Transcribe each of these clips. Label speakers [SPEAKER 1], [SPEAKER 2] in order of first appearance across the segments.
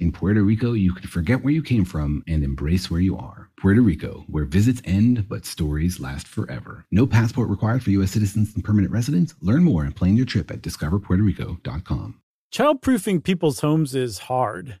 [SPEAKER 1] In Puerto Rico, you can forget where you came from and embrace where you are. Puerto Rico, where visits end but stories last forever. No passport required for U.S. citizens and permanent residents. Learn more and plan your trip at discoverpuertorico.com.
[SPEAKER 2] Childproofing people's homes is hard,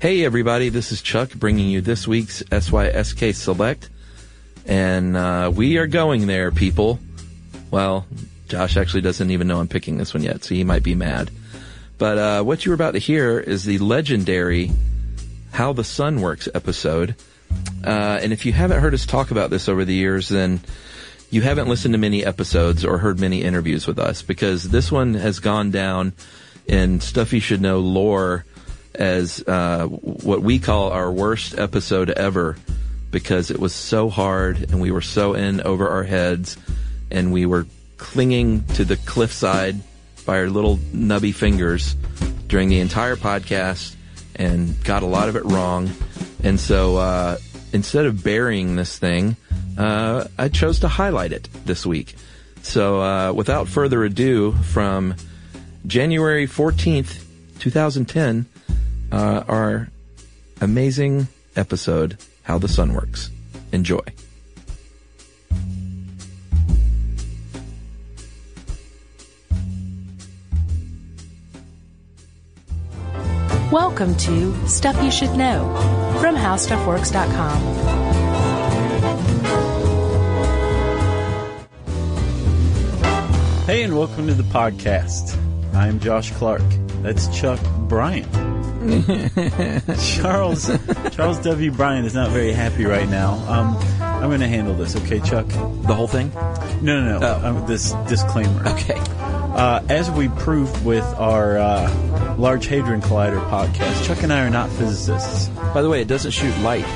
[SPEAKER 3] Hey, everybody, this is Chuck bringing you this week's SYSK Select. And uh, we are going there, people. Well, Josh actually doesn't even know I'm picking this one yet, so he might be mad. But uh, what you're about to hear is the legendary How the Sun Works episode. Uh, and if you haven't heard us talk about this over the years, then you haven't listened to many episodes or heard many interviews with us because this one has gone down in Stuff You Should Know lore as uh, what we call our worst episode ever because it was so hard and we were so in over our heads and we were clinging to the cliffside by our little nubby fingers during the entire podcast and got a lot of it wrong. And so uh, instead of burying this thing, uh, I chose to highlight it this week. So uh, without further ado, from January 14th, 2010, uh, our amazing episode, How the Sun Works. Enjoy.
[SPEAKER 4] Welcome to Stuff You Should Know from HowStuffWorks.com.
[SPEAKER 5] Hey, and welcome to the podcast. I'm Josh Clark. That's Chuck Bryant. Charles Charles W. Bryant is not very happy right now. Um, I'm going to handle this, okay, Chuck? No,
[SPEAKER 3] The whole thing?
[SPEAKER 5] no, no.
[SPEAKER 3] Oh.
[SPEAKER 5] Um, this disclaimer.
[SPEAKER 3] Okay.
[SPEAKER 5] Uh, as we proved with our uh, Large Hadron Collider podcast, Chuck and I are not physicists.
[SPEAKER 3] By the way, it doesn't shoot light.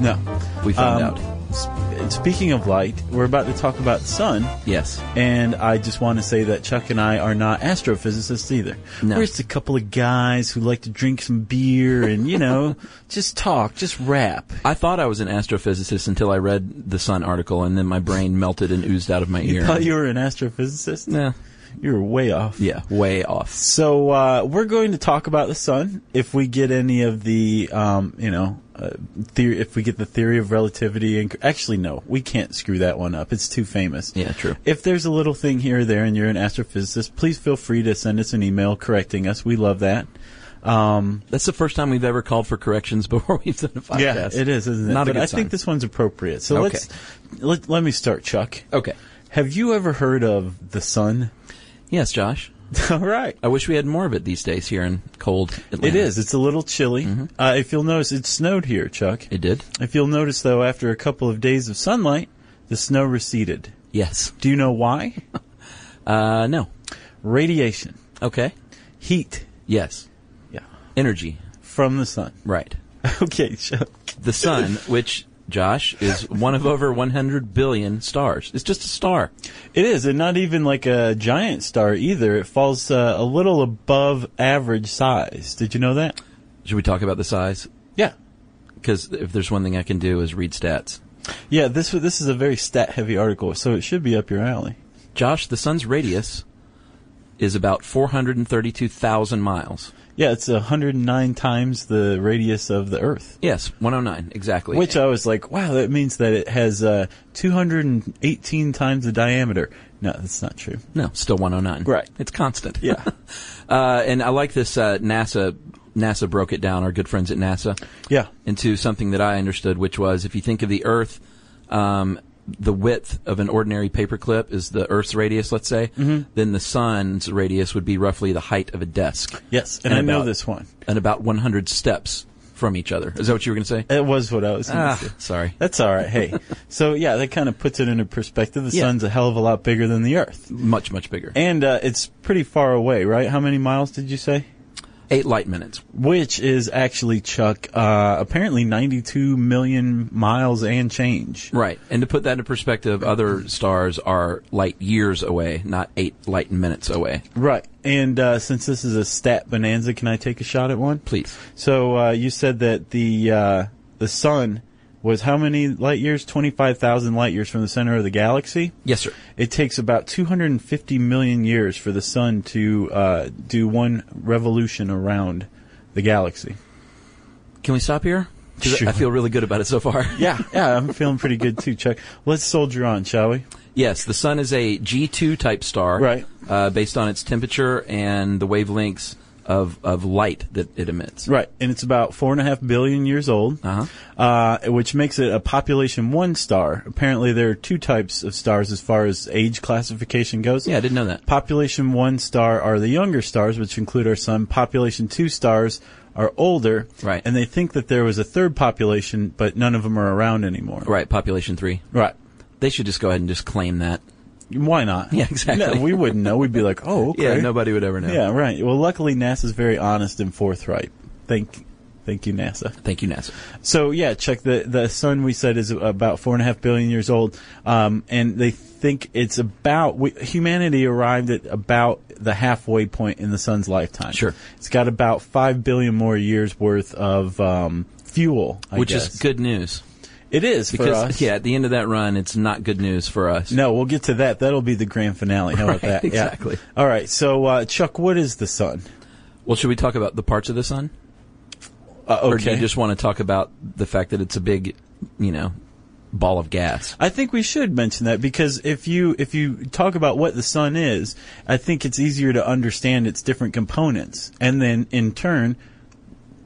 [SPEAKER 5] No.
[SPEAKER 3] We found out.
[SPEAKER 5] sp- Um, speaking of light, we're about to talk about sun.
[SPEAKER 3] Yes.
[SPEAKER 5] And I just want to say that Chuck and I are not astrophysicists either.
[SPEAKER 3] No.
[SPEAKER 5] We're just a couple of guys who like to drink some beer and, you know, just talk, just rap.
[SPEAKER 3] I thought I was an astrophysicist until I read the Sun article, and then my brain melted and oozed out of my ear.
[SPEAKER 5] You thought you were an astrophysicist?
[SPEAKER 3] Nah.
[SPEAKER 5] You were way off.
[SPEAKER 3] Yeah, way off.
[SPEAKER 5] So, uh, we're going to talk about the sun. If we get any of the, um, you know, uh, theory, if we get the theory of relativity and, actually no, we can't screw that one up. It's too famous.
[SPEAKER 3] Yeah, true.
[SPEAKER 5] If there's a little thing here or there and you're an astrophysicist, please feel free to send us an email correcting us. We love that. Um,
[SPEAKER 3] That's the first time we've ever called for corrections before we've done a podcast.
[SPEAKER 5] yeah, it is, isn't it?
[SPEAKER 3] Not a
[SPEAKER 5] but
[SPEAKER 3] good
[SPEAKER 5] I
[SPEAKER 3] sign.
[SPEAKER 5] think this one's appropriate. So
[SPEAKER 3] Okay.
[SPEAKER 5] let's let, let me start, Chuck.
[SPEAKER 3] Okay.
[SPEAKER 5] Have you ever heard of the sun?
[SPEAKER 3] Yes, Josh.
[SPEAKER 5] All right.
[SPEAKER 3] I wish we had more of it these days here in cold Atlanta.
[SPEAKER 5] It is. It's a little chilly. Uh, if you'll notice, it snowed here, Chuck.
[SPEAKER 3] Mm-hmm. It did?
[SPEAKER 5] If you'll notice, though, after a couple of days of sunlight, the snow receded.
[SPEAKER 3] Yes.
[SPEAKER 5] Do you know why?
[SPEAKER 3] Uh, no.
[SPEAKER 5] Radiation,
[SPEAKER 3] Okay.
[SPEAKER 5] heat.
[SPEAKER 3] Yes.
[SPEAKER 5] Yeah.
[SPEAKER 3] Energy.
[SPEAKER 5] From the sun.
[SPEAKER 3] Right.
[SPEAKER 5] Okay, Chuck.
[SPEAKER 3] The sun, which, Josh, is one of over 100 billion stars. It's just a star.
[SPEAKER 5] It is, and not even like a giant star either. It falls uh, a little above average size. Did you know that?
[SPEAKER 3] Should we talk about the size?
[SPEAKER 5] Yeah.
[SPEAKER 3] Because if there's one thing I can do is read stats.
[SPEAKER 5] Yeah, this wa- this is a very stat heavy article, so it should be up your alley.
[SPEAKER 3] Josh, the sun's radius is about 432,000 miles.
[SPEAKER 5] Yeah, it's 109 times the radius of the Earth.
[SPEAKER 3] Yes, 109, exactly.
[SPEAKER 5] Which uh, I was like, wow, that means that it has uh, 218 times the diameter. No, that's not true.
[SPEAKER 3] No, still 109.
[SPEAKER 5] Right.
[SPEAKER 3] It's constant.
[SPEAKER 5] Yeah.
[SPEAKER 3] uh, and I like this uh, NASA. NASA broke it down, our good friends at NASA,
[SPEAKER 5] Yeah.
[SPEAKER 3] into something that I understood, which was if you think of the Earth um, the width of an ordinary paperclip is the Earth's radius, let's say,
[SPEAKER 5] Mm-hmm.
[SPEAKER 3] then the sun's radius would be roughly the height of a desk.
[SPEAKER 5] Yes, and, I know
[SPEAKER 3] about-
[SPEAKER 5] this one.
[SPEAKER 3] And about 100 steps from each other. Is that what you were going to say?
[SPEAKER 5] It was what I was. gonna
[SPEAKER 3] Ah,
[SPEAKER 5] say.
[SPEAKER 3] sorry.
[SPEAKER 5] That's all right. Hey, so yeah, that kind of puts it into perspective. The
[SPEAKER 3] Yeah.
[SPEAKER 5] sun's a hell of a lot bigger than the Earth,
[SPEAKER 3] Much, much bigger.
[SPEAKER 5] and uh, it's pretty far away, right? How many miles did you say?
[SPEAKER 3] Eight light minutes.
[SPEAKER 5] Which is actually Chuck, uh, apparently 92 million miles and change.
[SPEAKER 3] Right. And to put that into perspective, other stars are light years away, not eight light minutes away.
[SPEAKER 5] Right. And uh, since this is a stat bonanza, can I take a shot at one?
[SPEAKER 3] Please.
[SPEAKER 5] So uh, you said that the uh, the sun was how many light years? 25,000 light years from the center of the galaxy.
[SPEAKER 3] Yes, sir.
[SPEAKER 5] It takes about 250 million years for the sun to uh, do one revolution around the galaxy.
[SPEAKER 3] Can we stop here? 'Cause I-
[SPEAKER 5] Sure.
[SPEAKER 3] I feel really good about it so far.
[SPEAKER 5] Yeah, yeah, I'm feeling pretty good too, Chuck. Let's soldier on, shall we?
[SPEAKER 3] Yes, the sun is a G2 type star,
[SPEAKER 5] Right.
[SPEAKER 3] Uh, based on its temperature and the wavelengths of of light that it emits.
[SPEAKER 5] Right, and it's about four and a half billion years old,
[SPEAKER 3] Uh-huh.
[SPEAKER 5] uh, which makes it a population one star. Apparently, there are two types of stars as far as age classification goes.
[SPEAKER 3] Yeah, I didn't know that.
[SPEAKER 5] Population one star are the younger stars, which include our sun. Population two stars are older,
[SPEAKER 3] Right.
[SPEAKER 5] And they think that there was a third population, but none of them are around anymore.
[SPEAKER 3] Right, population three.
[SPEAKER 5] Right.
[SPEAKER 3] They should just go ahead and just claim that.
[SPEAKER 5] Why not?
[SPEAKER 3] Yeah, exactly.
[SPEAKER 5] No, we wouldn't know. We'd be like, oh, okay.
[SPEAKER 3] Yeah, nobody would ever know.
[SPEAKER 5] Yeah, right. Well, luckily NASA's very honest and forthright. Thank, thank you, NASA.
[SPEAKER 3] Thank you, NASA.
[SPEAKER 5] So yeah, check the the sun we said is about four and a half billion years old, um, and they think it's about we, humanity arrived at about the halfway point in the sun's lifetime.
[SPEAKER 3] Sure.
[SPEAKER 5] it's got about five billion more years worth of um, fuel, I
[SPEAKER 3] Which
[SPEAKER 5] guess.
[SPEAKER 3] is good news
[SPEAKER 5] It is for
[SPEAKER 3] because
[SPEAKER 5] us.
[SPEAKER 3] yeah, at the end of that run, it's not good news for us.
[SPEAKER 5] No, we'll get to that. That'll be the grand finale. How about
[SPEAKER 3] Right,
[SPEAKER 5] that? Yeah.
[SPEAKER 3] exactly.
[SPEAKER 5] All right. So, uh, Chuck, what is the sun?
[SPEAKER 3] Well, should we talk about the parts of the sun,
[SPEAKER 5] Uh,
[SPEAKER 3] or do you just want to talk about the fact that it's a big, you know, ball of gas?
[SPEAKER 5] I think we should mention that because if you if you talk about what the sun is, I think it's easier to understand its different components and then in turn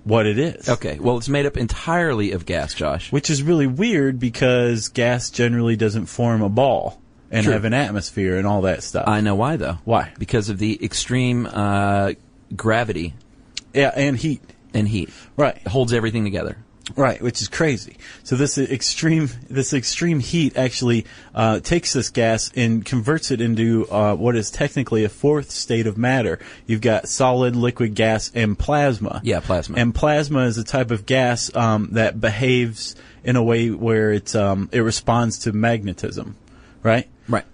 [SPEAKER 5] what it is.
[SPEAKER 3] Okay. Well, it's made up entirely of gas, Josh.
[SPEAKER 5] Which is really weird because gas generally doesn't form a ball and
[SPEAKER 3] True.
[SPEAKER 5] have an atmosphere and all that stuff.
[SPEAKER 3] I know why though.
[SPEAKER 5] Why?
[SPEAKER 3] Because of the extreme uh, gravity
[SPEAKER 5] yeah, and heat.
[SPEAKER 3] and heat.
[SPEAKER 5] Right.
[SPEAKER 3] It holds everything together.
[SPEAKER 5] Right, which is crazy. So this extreme, this extreme heat actually uh, takes this gas and converts it into uh, what is technically a fourth state of matter. You've got solid, liquid, gas, and plasma.
[SPEAKER 3] Yeah, plasma.
[SPEAKER 5] And plasma is a type of gas um, that behaves in a way where it's um, it responds to magnetism. Right.
[SPEAKER 3] Right.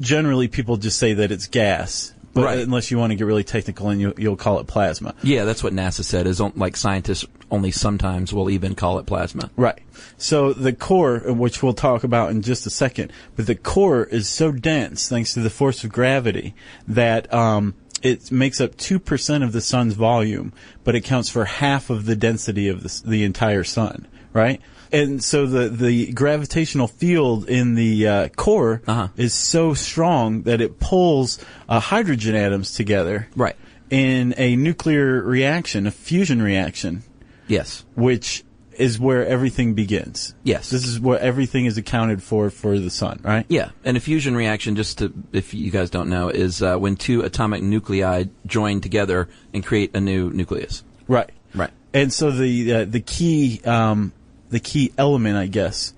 [SPEAKER 5] Generally, people just say that it's gas. But
[SPEAKER 3] Right.
[SPEAKER 5] unless you want to get really technical and you, you'll call it plasma.
[SPEAKER 3] Yeah, that's what NASA said. Is on, like scientists only sometimes will even call it plasma.
[SPEAKER 5] Right. So the core, uh, which we'll talk about in just a second, but the core is so dense thanks to the force of gravity that um, it makes up two percent of the sun's volume, but it counts for half of the density of the, s- the entire sun. Right. And so the the gravitational field in the uh, core
[SPEAKER 3] Uh-huh.
[SPEAKER 5] is so strong that it pulls uh, hydrogen atoms together.
[SPEAKER 3] Right.
[SPEAKER 5] In a nuclear reaction, a fusion reaction
[SPEAKER 3] Yes.
[SPEAKER 5] which is where everything begins.
[SPEAKER 3] Yes.
[SPEAKER 5] This is where everything is accounted for for the sun, right?
[SPEAKER 3] Yeah, and a fusion reaction, just to, if you guys don't know, is uh, when two atomic nuclei join together and create a new nucleus.
[SPEAKER 5] Right.
[SPEAKER 3] Right.
[SPEAKER 5] And so the uh, the key um, the key element, I guess,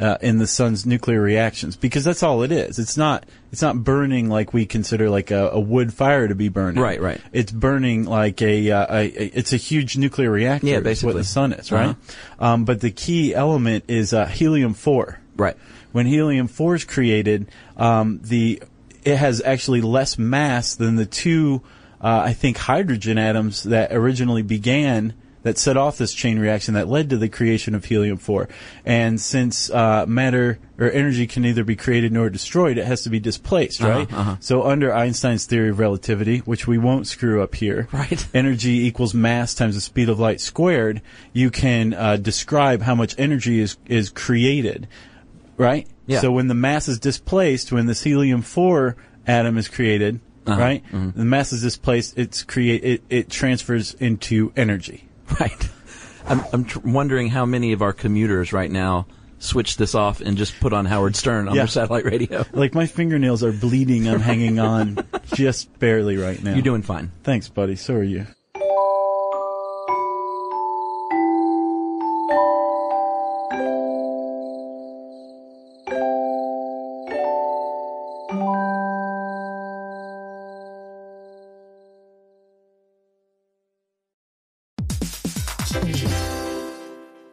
[SPEAKER 5] uh, in the sun's nuclear reactions, because that's all it is. It's not it's not burning like we consider like a, a wood fire to be burning.
[SPEAKER 3] Right, right.
[SPEAKER 5] It's burning like a, uh, a, a it's a huge nuclear reactor.
[SPEAKER 3] Yeah,
[SPEAKER 5] is what
[SPEAKER 3] basically. Uh-huh.
[SPEAKER 5] the sun is, right? Um, but the key element is uh, helium four.
[SPEAKER 3] Right.
[SPEAKER 5] When helium four is created, um, the it has actually less mass than the two, uh, I think, hydrogen atoms that originally began that set off this chain reaction that led to the creation of helium four. And since uh, matter or energy can neither be created nor destroyed, it has to be displaced, right? So under Einstein's theory of relativity, which we won't screw up here,
[SPEAKER 3] Right.
[SPEAKER 5] energy equals mass times the speed of light squared, you can uh, describe how much energy is is created, right?
[SPEAKER 3] Yeah.
[SPEAKER 5] So when the mass is displaced, when this helium four atom is created,
[SPEAKER 3] Uh-huh.
[SPEAKER 5] right?
[SPEAKER 3] Mm-hmm.
[SPEAKER 5] The mass is displaced. It's create it, it transfers into energy.
[SPEAKER 3] Right. I'm, I'm tr- wondering how many of our commuters right now switch this off and just put on Howard Stern on
[SPEAKER 5] Yeah.
[SPEAKER 3] their satellite radio.
[SPEAKER 5] Like my fingernails are bleeding. I'm hanging on just barely right now.
[SPEAKER 3] You're doing fine.
[SPEAKER 5] Thanks, buddy. So are you.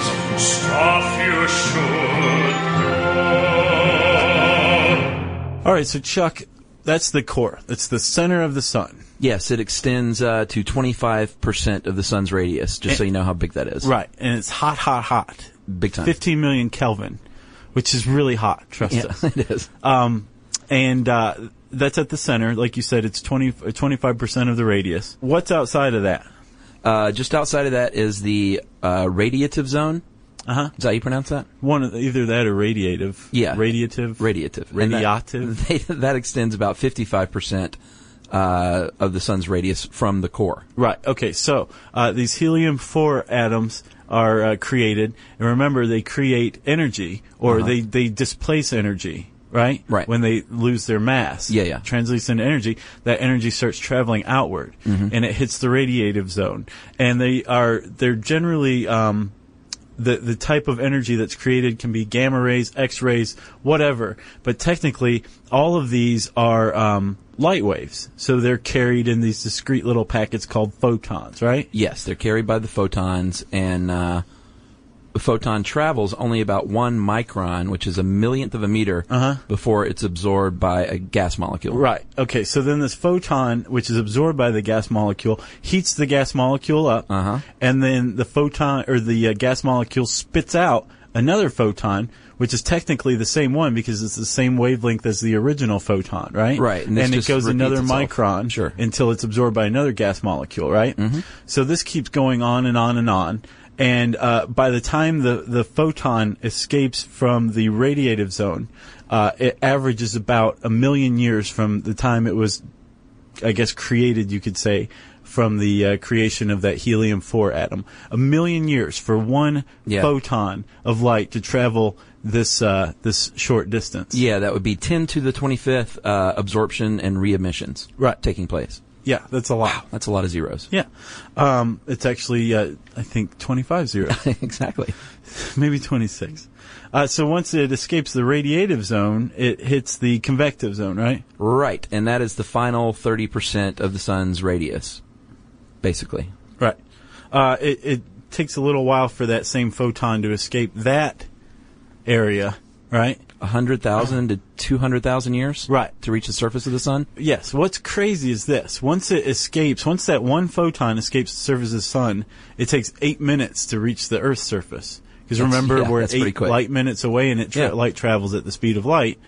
[SPEAKER 6] Charles. Stuff you should know.
[SPEAKER 5] All right. So Chuck, that's the core. That's the center of the sun.
[SPEAKER 3] Yes, it extends uh, to 25% of the sun's radius, just so you know how big that is.
[SPEAKER 5] Eh. Right. And it's hot, hot, hot.
[SPEAKER 3] Big time.
[SPEAKER 5] 15 million Kelvin, which is really hot. Trust
[SPEAKER 3] Yeah,
[SPEAKER 5] us.
[SPEAKER 3] it is.
[SPEAKER 5] Um, and uh, that's at the center. Like you said, it's 20, 25% of the radius. What's outside of that?
[SPEAKER 3] Uh, just outside of that is the uh, radiative zone.
[SPEAKER 5] Uh-huh.
[SPEAKER 3] Is that how you pronounce that?
[SPEAKER 5] One of either that or radiative.
[SPEAKER 3] Yeah.
[SPEAKER 5] Radiative.
[SPEAKER 3] Radiative. And that-
[SPEAKER 5] Radiative.
[SPEAKER 3] They, that extends about 55% uh, of the sun's radius from the core.
[SPEAKER 5] Right. Okay. So uh, these helium four atoms are uh, created, and remember, they create energy, or they they displace energy. Right.
[SPEAKER 3] Uh-huh. Right.
[SPEAKER 5] When they lose their mass.
[SPEAKER 3] Yeah, yeah.
[SPEAKER 5] Translates into energy. That energy starts traveling outward,
[SPEAKER 3] Mm-hmm.
[SPEAKER 5] and it hits the radiative zone. And they are they're generally um, the the type of energy that's created can be gamma rays, X rays, whatever. But technically, all of these are um, light waves, so they're carried in these discrete little packets called photons, right?
[SPEAKER 3] Yes, they're carried by the photons, and uh, the photon travels only about one micron, which is a millionth of a meter, before it's absorbed by a gas molecule.
[SPEAKER 5] Uh-huh. Right. Okay. So then this photon, which is absorbed by the gas molecule, heats the gas molecule up,
[SPEAKER 3] Uh-huh.
[SPEAKER 5] and then the photon or the uh, gas molecule spits out another photon, which is technically the same one because it's the same wavelength as the original photon, right?
[SPEAKER 3] Right, and
[SPEAKER 5] And,
[SPEAKER 3] this
[SPEAKER 5] it
[SPEAKER 3] just
[SPEAKER 5] goes another
[SPEAKER 3] repeats itself.
[SPEAKER 5] micron
[SPEAKER 3] Sure. Mm-hmm.
[SPEAKER 5] until it's absorbed by another gas molecule, right? So this keeps going on and on and on. And uh, by the time the, the photon escapes from the radiative zone, uh, it averages about a million years from the time it was, I guess, created, you could say, from the uh, creation of that helium 4 atom. A million years for one
[SPEAKER 3] Yeah.
[SPEAKER 5] photon of light to travel this uh, this short distance.
[SPEAKER 3] Yeah, that would be 10 to the 25th uh, absorption and re-emissions
[SPEAKER 5] Right.
[SPEAKER 3] taking place.
[SPEAKER 5] Yeah, that's a lot.
[SPEAKER 3] That's a lot of zeros.
[SPEAKER 5] Yeah. Um, it's actually, uh, I think, 25 zeros.
[SPEAKER 3] exactly.
[SPEAKER 5] maybe 26. Uh, so once it escapes the radiative zone, it hits the convective zone, right?
[SPEAKER 3] Right, and that is the final 30% of the sun's radius, basically.
[SPEAKER 5] Right. Uh, it, it takes a little while for that same photon to escape that area, right?
[SPEAKER 3] 100,000 to 200,000 years
[SPEAKER 5] Right.
[SPEAKER 3] to reach the surface of the sun.
[SPEAKER 5] Yes. What's crazy is this: once it escapes, once that one photon escapes the surface of the sun, it takes eight minutes to reach the Earth's surface. Because
[SPEAKER 3] That's-
[SPEAKER 5] remember,
[SPEAKER 3] yeah,
[SPEAKER 5] we're
[SPEAKER 3] that's pretty
[SPEAKER 5] eight
[SPEAKER 3] quick.
[SPEAKER 5] light minutes away, and it tra-
[SPEAKER 3] Yeah.
[SPEAKER 5] light travels at the speed of light,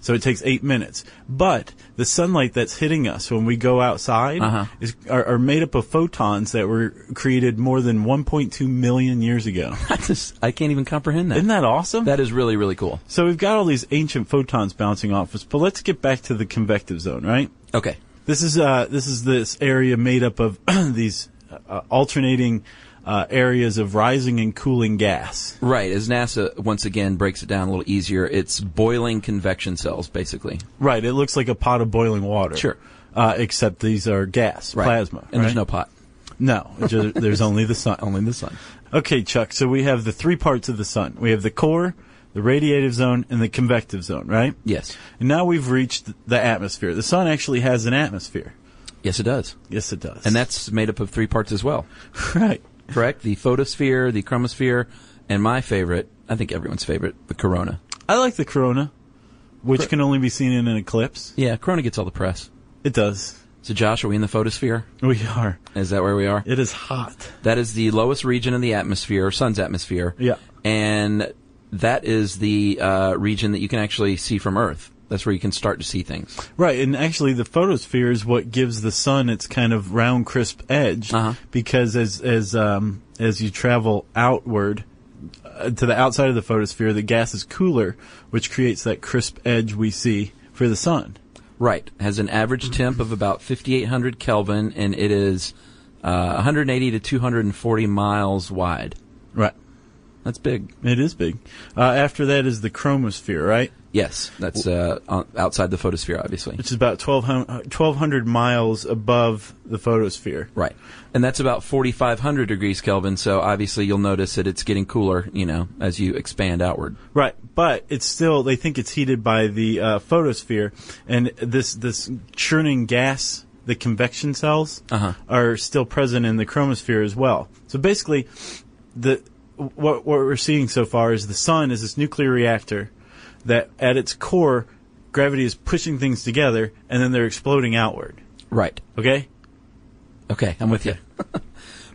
[SPEAKER 5] so it takes eight minutes. But the sunlight that's hitting us when we go outside
[SPEAKER 3] Uh-huh.
[SPEAKER 5] is are, are made up of photons that were created more than 1.2 million years ago.
[SPEAKER 3] I just I can't even comprehend that.
[SPEAKER 5] Isn't that awesome?
[SPEAKER 3] that is really really cool.
[SPEAKER 5] so we've got all these ancient photons bouncing off us, but let's get back to the convective zone, right?
[SPEAKER 3] Okay.
[SPEAKER 5] This is uh, this is this area made up of these uh, alternating uh, areas of rising and cooling gas.
[SPEAKER 3] Right, as NASA once again breaks it down a little easier, it's boiling convection cells basically.
[SPEAKER 5] Right. It looks like a pot of boiling water.
[SPEAKER 3] Sure.
[SPEAKER 5] Uh, except these are gas,
[SPEAKER 3] Right.
[SPEAKER 5] plasma.
[SPEAKER 3] And there's no
[SPEAKER 5] right?
[SPEAKER 3] pot.
[SPEAKER 5] no. ju- there's only the sun.
[SPEAKER 3] Only the sun.
[SPEAKER 5] Okay, Chuck. So we have the three parts of the sun. We have the core, the radiative zone, and the convective zone. Right.
[SPEAKER 3] Yes.
[SPEAKER 5] And now we've reached the atmosphere. The sun actually has an atmosphere.
[SPEAKER 3] Yes it does.
[SPEAKER 5] Yes, it does.
[SPEAKER 3] And that's made up of three parts as well.
[SPEAKER 5] right.
[SPEAKER 3] Correct? The photosphere, the chromosphere, and my favorite, I think everyone's favorite, the corona.
[SPEAKER 5] I like the corona, which
[SPEAKER 3] Cor-
[SPEAKER 5] can only be seen in an eclipse.
[SPEAKER 3] Yeah, corona gets all the press.
[SPEAKER 5] It does.
[SPEAKER 3] So Josh, are we in the photosphere?
[SPEAKER 5] We are.
[SPEAKER 3] Is that where we are?
[SPEAKER 5] It is hot.
[SPEAKER 3] That is the lowest region of the atmosphere, sun's atmosphere.
[SPEAKER 5] Yeah.
[SPEAKER 3] And that is the uh, region that you can actually see from Earth. That's where you can start to see things.
[SPEAKER 5] Right, and actually the photosphere is what gives the sun its kind of round crisp edge
[SPEAKER 3] Uh-huh.
[SPEAKER 5] because as as um as you travel outward uh, to the outside of the photosphere the gas is cooler which creates that crisp edge we see for the sun.
[SPEAKER 3] Right. Has an average temp of about 5,800 Kelvin, and it is uh, 180 to 240 miles wide.
[SPEAKER 5] Right.
[SPEAKER 3] That's big.
[SPEAKER 5] It is big. Uh, after that is the chromosphere, right?
[SPEAKER 3] Yes, that's uh, o- outside the photosphere, obviously.
[SPEAKER 5] Which is about 1200, 1200 miles above the photosphere.
[SPEAKER 3] Right. And that's about 4,500 degrees Kelvin, so obviously you'll notice that it's getting cooler, you know, as you expand outward.
[SPEAKER 5] Right, but it's still they think it's heated by the uh, photosphere, and this this churning gas, the convection cells,
[SPEAKER 3] Uh-huh.
[SPEAKER 5] are still present in the chromosphere as well. So basically, the what what we're seeing so far is the sun is this nuclear reactor that at its core, gravity is pushing things together, and then they're exploding outward.
[SPEAKER 3] Right.
[SPEAKER 5] Okay,
[SPEAKER 3] Okay, I'm with you.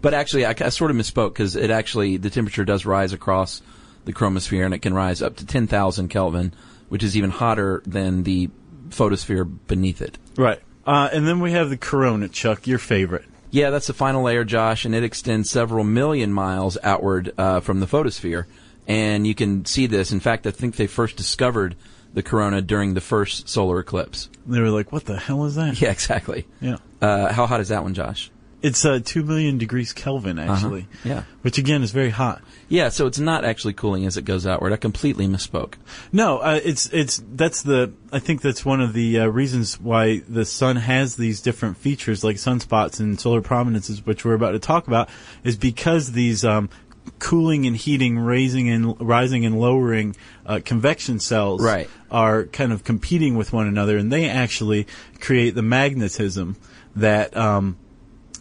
[SPEAKER 3] but actually, I, sort of misspoke because it actually the temperature does rise across the chromosphere, and it can rise up to 10,000 Kelvin, which is even hotter than the photosphere beneath it.
[SPEAKER 5] right, uh, and then we have the corona, Chuck, your favorite.
[SPEAKER 3] Yeah, that's the final layer, Josh, and it extends several million miles outward uh, from the photosphere, and you can see this. In fact, I think they first discovered the corona during the first solar eclipse.
[SPEAKER 5] They were like, "What the hell is that?"
[SPEAKER 3] Yeah, exactly.
[SPEAKER 5] Yeah.
[SPEAKER 3] Uh, how hot is that one, Josh?
[SPEAKER 5] It's uh, 2 million degrees Kelvin, actually.
[SPEAKER 3] Yeah.
[SPEAKER 5] Which, again, is very hot.
[SPEAKER 3] Yeah, so it's not actually cooling as it goes outward. I completely misspoke.
[SPEAKER 5] No, uh, it's, it's, that's the, I think that's one of the uh, reasons why the sun has these different features like sunspots and solar prominences, which we're about to talk about, is because these, um, cooling and heating, raising and rising and lowering uh, convection cells
[SPEAKER 3] Right.
[SPEAKER 5] are kind of competing with one another, and they actually create the magnetism that um,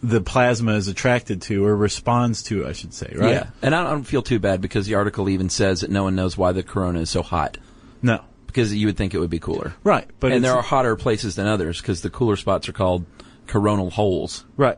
[SPEAKER 5] the plasma is attracted to or responds to, I should say, right?
[SPEAKER 3] Yeah, and I don't, I don't feel too bad because the article even says that no one knows why the corona is so hot
[SPEAKER 5] No.
[SPEAKER 3] because you would think it would be cooler.
[SPEAKER 5] Right, but
[SPEAKER 3] and
[SPEAKER 5] it's-
[SPEAKER 3] there are hotter places than others because the cooler spots are called coronal holes.
[SPEAKER 5] Right.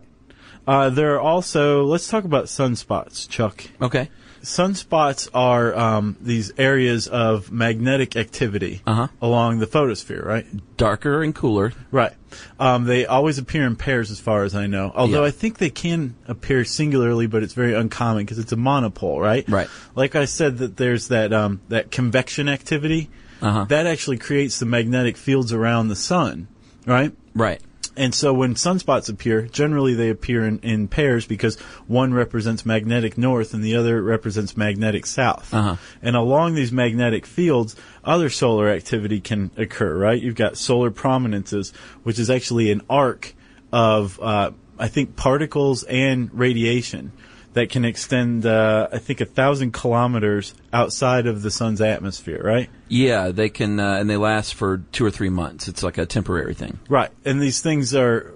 [SPEAKER 5] Uh, there are also, let's talk about sunspots, Chuck.
[SPEAKER 3] Okay.
[SPEAKER 5] Sunspots are um, these areas of magnetic activity
[SPEAKER 3] Uh-huh.
[SPEAKER 5] along the photosphere, right?
[SPEAKER 3] Darker and cooler.
[SPEAKER 5] Right. Um, they always appear in pairs, as far as I know. Although
[SPEAKER 3] Yeah.
[SPEAKER 5] I think they can appear singularly, but it's very uncommon because it's a monopole, right?
[SPEAKER 3] Right.
[SPEAKER 5] Like I said, that there's that um, that convection activity
[SPEAKER 3] Uh-huh.
[SPEAKER 5] that actually creates the magnetic fields around the sun, right?
[SPEAKER 3] Right.
[SPEAKER 5] And so when sunspots appear, generally they appear in, in pairs because one represents magnetic north and the other represents magnetic south.
[SPEAKER 3] Uh-huh.
[SPEAKER 5] And along these magnetic fields, other solar activity can occur, right? You've got solar prominences, which is actually an arc of, uh, I think, particles and radiation that can extend, uh, I think, a thousand kilometers outside of the sun's atmosphere, right?
[SPEAKER 3] Yeah, they can, uh, and they last for two or three months. It's like a temporary thing.
[SPEAKER 5] Right, and these things are,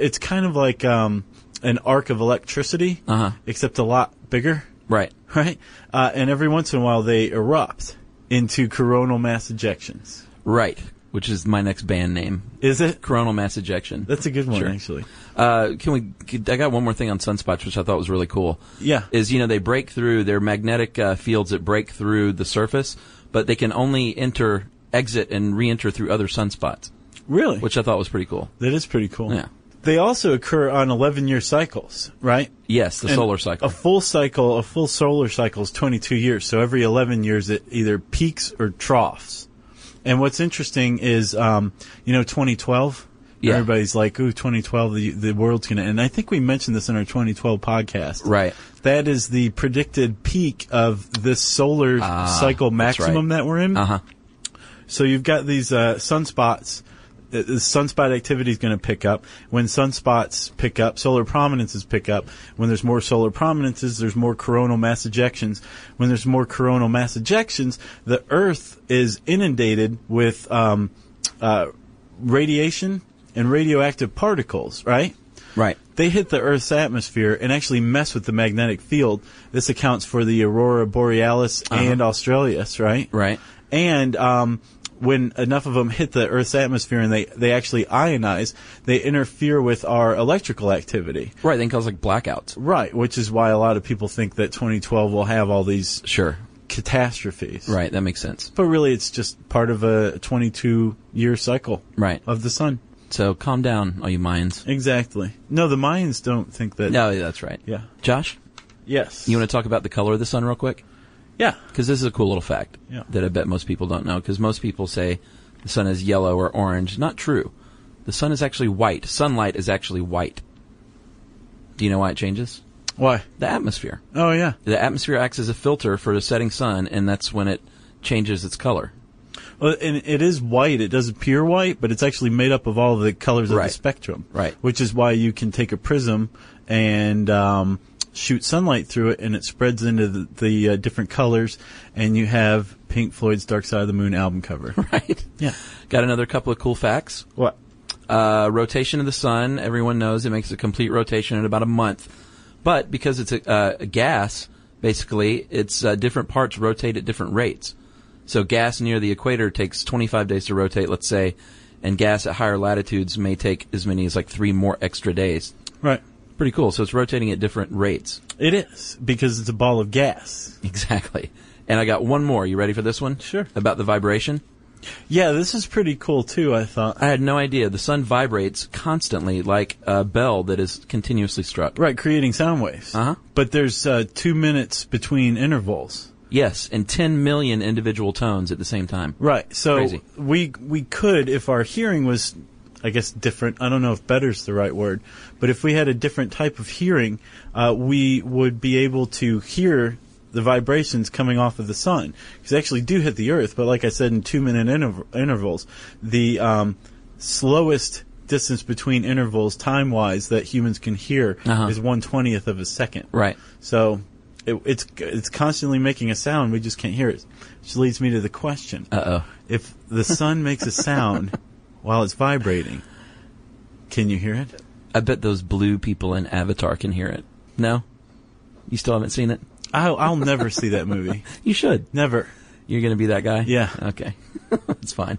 [SPEAKER 5] it's kind of like um, an arc of electricity,
[SPEAKER 3] Uh-huh.
[SPEAKER 5] except a lot bigger,
[SPEAKER 3] Right.
[SPEAKER 5] right? Uh, and every once in a while they erupt, into coronal mass ejections.
[SPEAKER 3] Right, which is my next band name.
[SPEAKER 5] Is it?
[SPEAKER 3] Coronal mass ejection.
[SPEAKER 5] That's a good one,
[SPEAKER 3] Sure.
[SPEAKER 5] actually.
[SPEAKER 3] Uh, can we? could- I got one more thing on sunspots, which I thought was really cool.
[SPEAKER 5] Yeah.
[SPEAKER 3] is you know they break through their magnetic uh, fields that break through the surface, but they can only enter, exit, and re-enter through other sunspots,
[SPEAKER 5] Really?
[SPEAKER 3] which I thought was pretty cool.
[SPEAKER 5] that is pretty cool.
[SPEAKER 3] Yeah.
[SPEAKER 5] They also occur on 11 year cycles, right?
[SPEAKER 3] Yes, the
[SPEAKER 5] And
[SPEAKER 3] solar cycle.
[SPEAKER 5] A full cycle, a full solar cycle is 22 years. So every 11 years, it either peaks or troughs. And what's interesting is, um, you know, 2012.
[SPEAKER 3] Yeah.
[SPEAKER 5] Everybody's like, "Ooh, 2012, the the world's gonna." end." And I think we mentioned this in our 2012 podcast.
[SPEAKER 3] Right.
[SPEAKER 5] That is the predicted peak of this solar
[SPEAKER 3] Ah.
[SPEAKER 5] cycle maximum that we're in.
[SPEAKER 3] Uh huh.
[SPEAKER 5] So you've got these uh, sunspots. uh, The the sunspot activity is going to pick up. When sunspots pick up, solar prominences pick up. When there's more solar prominences, there's more coronal mass ejections. When there's more coronal mass ejections, the Earth is inundated with um, uh, radiation and radioactive particles, right?
[SPEAKER 3] Right.
[SPEAKER 5] They hit the Earth's atmosphere and actually mess with the magnetic field. This accounts for the aurora borealis and australis, right?
[SPEAKER 3] Uh-huh. Right.
[SPEAKER 5] And um, when enough of them hit the Earth's atmosphere and they, they actually ionize, they interfere with our electrical activity.
[SPEAKER 3] Right. Then cause like blackouts.
[SPEAKER 5] Right, which is why a lot of people think that 2012 will have all these
[SPEAKER 3] Sure.
[SPEAKER 5] catastrophes.
[SPEAKER 3] Right. That makes sense.
[SPEAKER 5] But really, it's just part of a 22 year cycle
[SPEAKER 3] Right.
[SPEAKER 5] of the sun.
[SPEAKER 3] So calm down, all you Mayans.
[SPEAKER 5] Exactly. No, the Mayans don't think that.
[SPEAKER 3] No, that's right.
[SPEAKER 5] Yeah.
[SPEAKER 3] Josh,
[SPEAKER 5] Yes.
[SPEAKER 3] you want to talk about the color of the sun real quick?
[SPEAKER 5] Yeah.
[SPEAKER 3] Because this is a cool little fact
[SPEAKER 5] Yeah.
[SPEAKER 3] that I bet most people don't know. Because most people say the sun is yellow or orange. Not true. The sun is actually white. Sunlight is actually white. Do you know why it changes?
[SPEAKER 5] Why?
[SPEAKER 3] The atmosphere.
[SPEAKER 5] Oh, yeah.
[SPEAKER 3] The atmosphere acts as a filter for the setting sun, and that's when it changes its color.
[SPEAKER 5] Well, and it is white. It does appear white, but it's actually made up of all the colors of
[SPEAKER 3] Right.
[SPEAKER 5] the spectrum.
[SPEAKER 3] Right.
[SPEAKER 5] Which is why you can take a prism and um, shoot sunlight through it, and it spreads into the, the uh, different colors, and you have Pink Floyd's Dark Side of the Moon album cover.
[SPEAKER 3] Right?
[SPEAKER 5] Yeah.
[SPEAKER 3] Got another couple of cool facts.
[SPEAKER 5] What?
[SPEAKER 3] Uh, rotation of the sun, everyone knows it makes a complete rotation in about a month. But because it's a, uh, a gas, basically, its uh, different parts rotate at different rates. So gas near the equator takes 25 days to rotate, let's say, and gas at higher latitudes may take as many as like three more extra days.
[SPEAKER 5] Right.
[SPEAKER 3] Pretty cool. So it's rotating at different rates.
[SPEAKER 5] It is because it's a ball of gas.
[SPEAKER 3] Exactly. And I got one more. You ready for this one?
[SPEAKER 5] Sure.
[SPEAKER 3] About the vibration?
[SPEAKER 5] Yeah, this is pretty cool too. I thought.
[SPEAKER 3] I had no idea. The sun vibrates constantly like a bell that is continuously struck.
[SPEAKER 5] Right, creating sound waves.
[SPEAKER 3] Uh-huh.
[SPEAKER 5] But there's uh, two minutes between intervals.
[SPEAKER 3] Yes, and 10 million individual tones at the same time.
[SPEAKER 5] Right. So
[SPEAKER 3] Crazy.
[SPEAKER 5] we we could, if our hearing was, I guess, different. I don't know if better's the right word, but if we had a different type of hearing, uh, we would be able to hear the vibrations coming off of the sun because they actually do hit the earth. But like I said, in two minute interv- intervals, the um, slowest distance between intervals, time wise, that humans can hear
[SPEAKER 3] Uh-huh.
[SPEAKER 5] is one twentieth of a second.
[SPEAKER 3] Right.
[SPEAKER 5] So. It, it's it's constantly making a sound. We just can't hear it, which leads me to the question:
[SPEAKER 3] Uh oh.
[SPEAKER 5] if the sun makes a sound while it's vibrating, can you hear it?
[SPEAKER 3] I bet those blue people in Avatar can hear it. No? You still haven't seen it?
[SPEAKER 5] I'll, I'll never see that movie.
[SPEAKER 3] You should.
[SPEAKER 5] Never.
[SPEAKER 3] You're going to be that guy?
[SPEAKER 5] Yeah.
[SPEAKER 3] Okay. it's fine.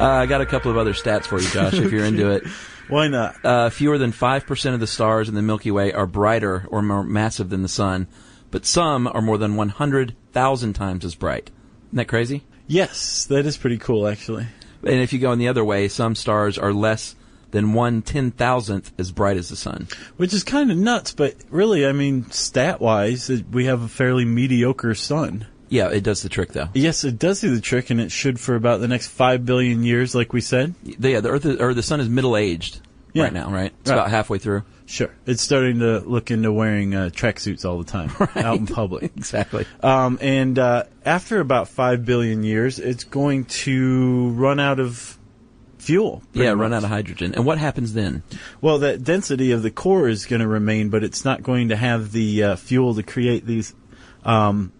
[SPEAKER 3] Uh, I got a couple of other stats for you, Josh, if you're into it.
[SPEAKER 5] Why not?
[SPEAKER 3] Uh, fewer than 5% of the stars in the Milky Way are brighter or more massive than the sun, but some are more than 100,000 times as bright. Isn't that crazy?
[SPEAKER 5] Yes, that is pretty cool, actually.
[SPEAKER 3] And if you go in the other way, some stars are less than one ten thousandth as bright as the sun.
[SPEAKER 5] Which is kind of nuts, but really, I mean, stat wise, we have a fairly mediocre sun.
[SPEAKER 3] Yeah, it does the trick though.
[SPEAKER 5] Yes, it does do the trick, and it should for about the next five billion years, like we said.
[SPEAKER 3] The- yeah, the Earth is, or the sun is middle aged
[SPEAKER 5] Yeah.
[SPEAKER 3] right now, right? It's
[SPEAKER 5] Right.
[SPEAKER 3] about halfway through.
[SPEAKER 5] Sure, it's starting to look into wearing uh, tracksuits all the time out in public.
[SPEAKER 3] Exactly.
[SPEAKER 5] Um, and uh, after about five billion years, it's going to run out of fuel. pretty
[SPEAKER 3] yeah, run
[SPEAKER 5] much.
[SPEAKER 3] out of hydrogen. And what happens then?
[SPEAKER 5] Well, that density of the core is going to remain, but it's not going to have the uh, fuel to create these um,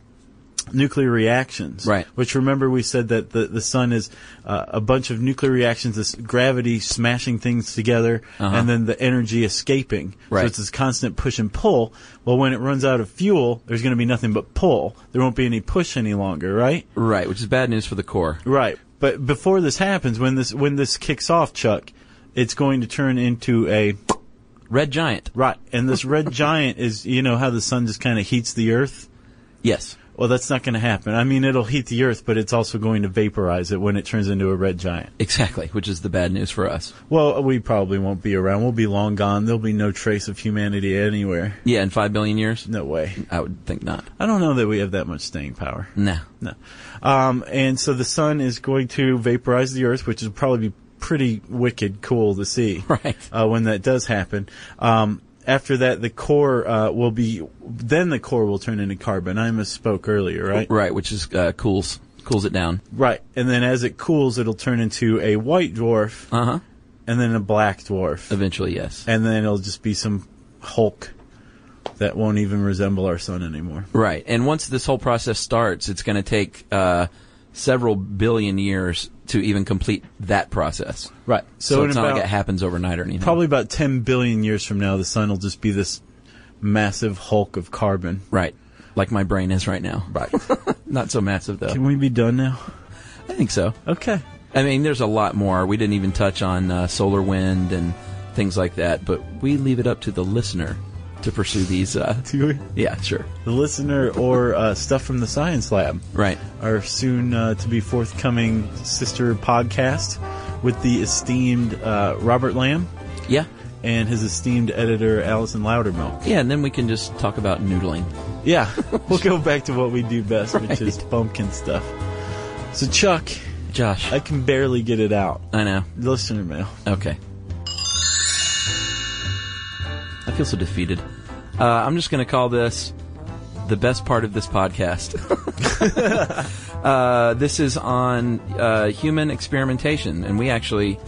[SPEAKER 5] nuclear reactions.
[SPEAKER 3] Right.
[SPEAKER 5] Which remember we said that the the sun is uh, a bunch of nuclear reactions, this gravity smashing things together,
[SPEAKER 3] Uh-huh.
[SPEAKER 5] and then the energy escaping.
[SPEAKER 3] Right.
[SPEAKER 5] So it's this constant push and pull. Well, when it runs out of fuel, there's going to be nothing but pull. There won't be any push any longer. Right.
[SPEAKER 3] Right, which is bad news for the core.
[SPEAKER 5] Right. But before this happens, when this when this kicks off, Chuck, it's going to turn into a
[SPEAKER 3] Red giant.
[SPEAKER 5] Right. And this red giant is, you know, how the sun just kind of heats the earth?
[SPEAKER 3] Yes.
[SPEAKER 5] Well, that's not going to happen. I mean, it'll heat the earth, but it's also going to vaporize it when it turns into a red giant.
[SPEAKER 3] Exactly, which is the bad news for us.
[SPEAKER 5] Well, we probably won't be around. We'll be long gone. There'll be no trace of humanity anywhere.
[SPEAKER 3] Yeah, in five billion years?
[SPEAKER 5] No way.
[SPEAKER 3] I would think not.
[SPEAKER 5] I don't know that we have that much staying power.
[SPEAKER 3] No.
[SPEAKER 5] No. Um, and so the sun is going to vaporize the earth, which would probably be pretty wicked cool to see.
[SPEAKER 3] Right.
[SPEAKER 5] Uh, when that does happen. Um, after that, the core uh, will be, then the core will turn into carbon. I misspoke earlier, right?
[SPEAKER 3] Right, which is uh, cools cools it down.
[SPEAKER 5] Right. And then as it cools, it'll turn into a white dwarf
[SPEAKER 3] Uh huh.
[SPEAKER 5] and then a black dwarf.
[SPEAKER 3] Eventually, yes.
[SPEAKER 5] And then it'll just be some Hulk that won't even resemble our sun anymore.
[SPEAKER 3] Right, and once this whole process starts, it's going to take uh, several billion years to even complete that process.
[SPEAKER 5] Right.
[SPEAKER 3] So,
[SPEAKER 5] So, in
[SPEAKER 3] it's not
[SPEAKER 5] about-
[SPEAKER 3] like it happens overnight or anything.
[SPEAKER 5] probably about 10 billion years from now, the sun will just be this massive hulk of carbon.
[SPEAKER 3] Right, like my brain is right now. Right. not so massive though.
[SPEAKER 5] Can we be done now?
[SPEAKER 3] I think so.
[SPEAKER 5] Okay.
[SPEAKER 3] I mean, there's a lot more. We didn't even touch on uh, solar wind and things like that, but we leave it up to the listener to pursue these. Uh,
[SPEAKER 5] The
[SPEAKER 3] yeah, sure.
[SPEAKER 5] listener or uh, stuff from the science lab.
[SPEAKER 3] Right.
[SPEAKER 5] Our soon uh, to be forthcoming sister podcast with the esteemed uh, Robert Lamb
[SPEAKER 3] Yeah.
[SPEAKER 5] and his esteemed editor, Allison Loudermilk.
[SPEAKER 3] Yeah, and then we can just talk about noodling.
[SPEAKER 5] Yeah, we'll go back to what we do best, which is pumpkin stuff. So, Chuck,
[SPEAKER 3] Josh.
[SPEAKER 5] I can barely get it out.
[SPEAKER 3] I know.
[SPEAKER 5] Listener mail.
[SPEAKER 3] Okay. I feel so defeated. Uh, I'm just going to call this the best part of this podcast. uh, this is on uh, human experimentation, and we actually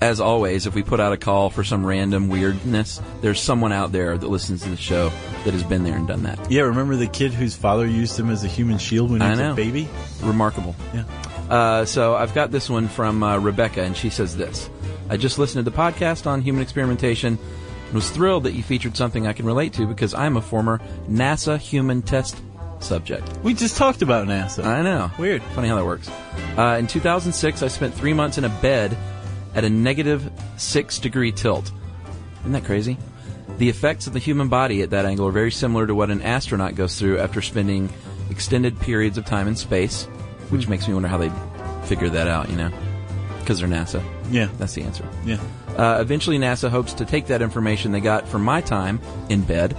[SPEAKER 3] as always, if we put out a call for some random weirdness, there's someone out there that listens to the show that has been there and done that.
[SPEAKER 5] Yeah, remember the kid whose father used him as a human shield when he
[SPEAKER 3] I
[SPEAKER 5] was
[SPEAKER 3] know.
[SPEAKER 5] a baby?
[SPEAKER 3] Remarkable.
[SPEAKER 5] Yeah.
[SPEAKER 3] Uh, so I've got this one from uh, Rebecca, and she says this I just listened to the podcast on human experimentation and was thrilled that you featured something I can relate to because I'm a former NASA human test subject.
[SPEAKER 5] We just talked about NASA.
[SPEAKER 3] I know.
[SPEAKER 5] Weird.
[SPEAKER 3] Funny how that works. Uh, in 2006, I spent three months in a bed at a negative six degree tilt. Isn't that crazy? The effects of the human body at that angle are very similar to what an astronaut goes through after spending extended periods of time in space, which makes me wonder how they figure that out, you know? Because they're NASA.
[SPEAKER 5] Yeah.
[SPEAKER 3] That's the answer.
[SPEAKER 5] Yeah.
[SPEAKER 3] Uh, eventually, NASA hopes to take that information they got from my time in bed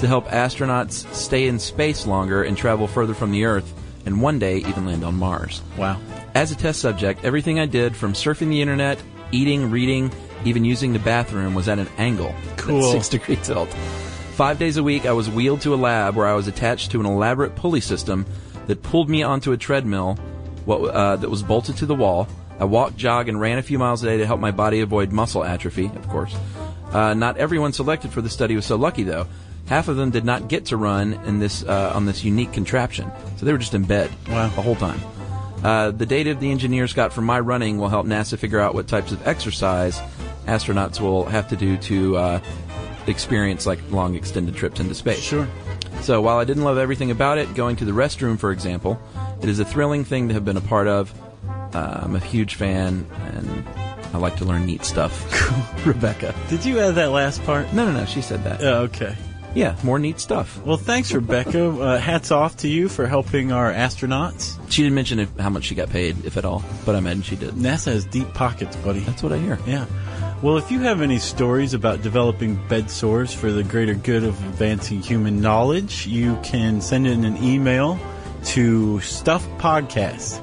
[SPEAKER 3] to help astronauts stay in space longer and travel further from the Earth, and one day even land on Mars.
[SPEAKER 5] Wow.
[SPEAKER 3] As a test subject, everything I did from surfing the internet, eating, reading, even using the bathroom was at an angle.
[SPEAKER 5] Cool.
[SPEAKER 3] Six degree tilt. Five days a week, I was wheeled to a lab where I was attached to an elaborate pulley system that pulled me onto a treadmill what, uh, that was bolted to the wall. I walked, jogged, and ran a few miles a day to help my body avoid muscle atrophy, of course. Uh, not everyone selected for the study was so lucky, though. Half of them did not get to run in this uh, on this unique contraption, so they were just in bed
[SPEAKER 5] Wow.
[SPEAKER 3] the whole time. Uh, the data the engineers got from my running will help NASA figure out what types of exercise astronauts will have to do to uh, experience like long extended trips into space.
[SPEAKER 5] Sure.
[SPEAKER 3] So while I didn't love everything about it, going to the restroom, for example, it is a thrilling thing to have been a part of. Uh, I'm a huge fan, and I like to learn neat stuff. Rebecca.
[SPEAKER 5] Did you add that last part?
[SPEAKER 3] No, no, no. She said that.
[SPEAKER 5] Oh, okay.
[SPEAKER 3] yeah, more neat stuff.
[SPEAKER 5] Well, thanks, Rebecca. Uh, hats off to you for helping our astronauts.
[SPEAKER 3] She didn't mention if, how much she got paid, if at all, but I imagine she did.
[SPEAKER 5] NASA has deep pockets, buddy.
[SPEAKER 3] That's what I hear.
[SPEAKER 5] Yeah. Well, if you have any stories about developing bed sores for the greater good of advancing human knowledge, you can send in an email to stuffpodcast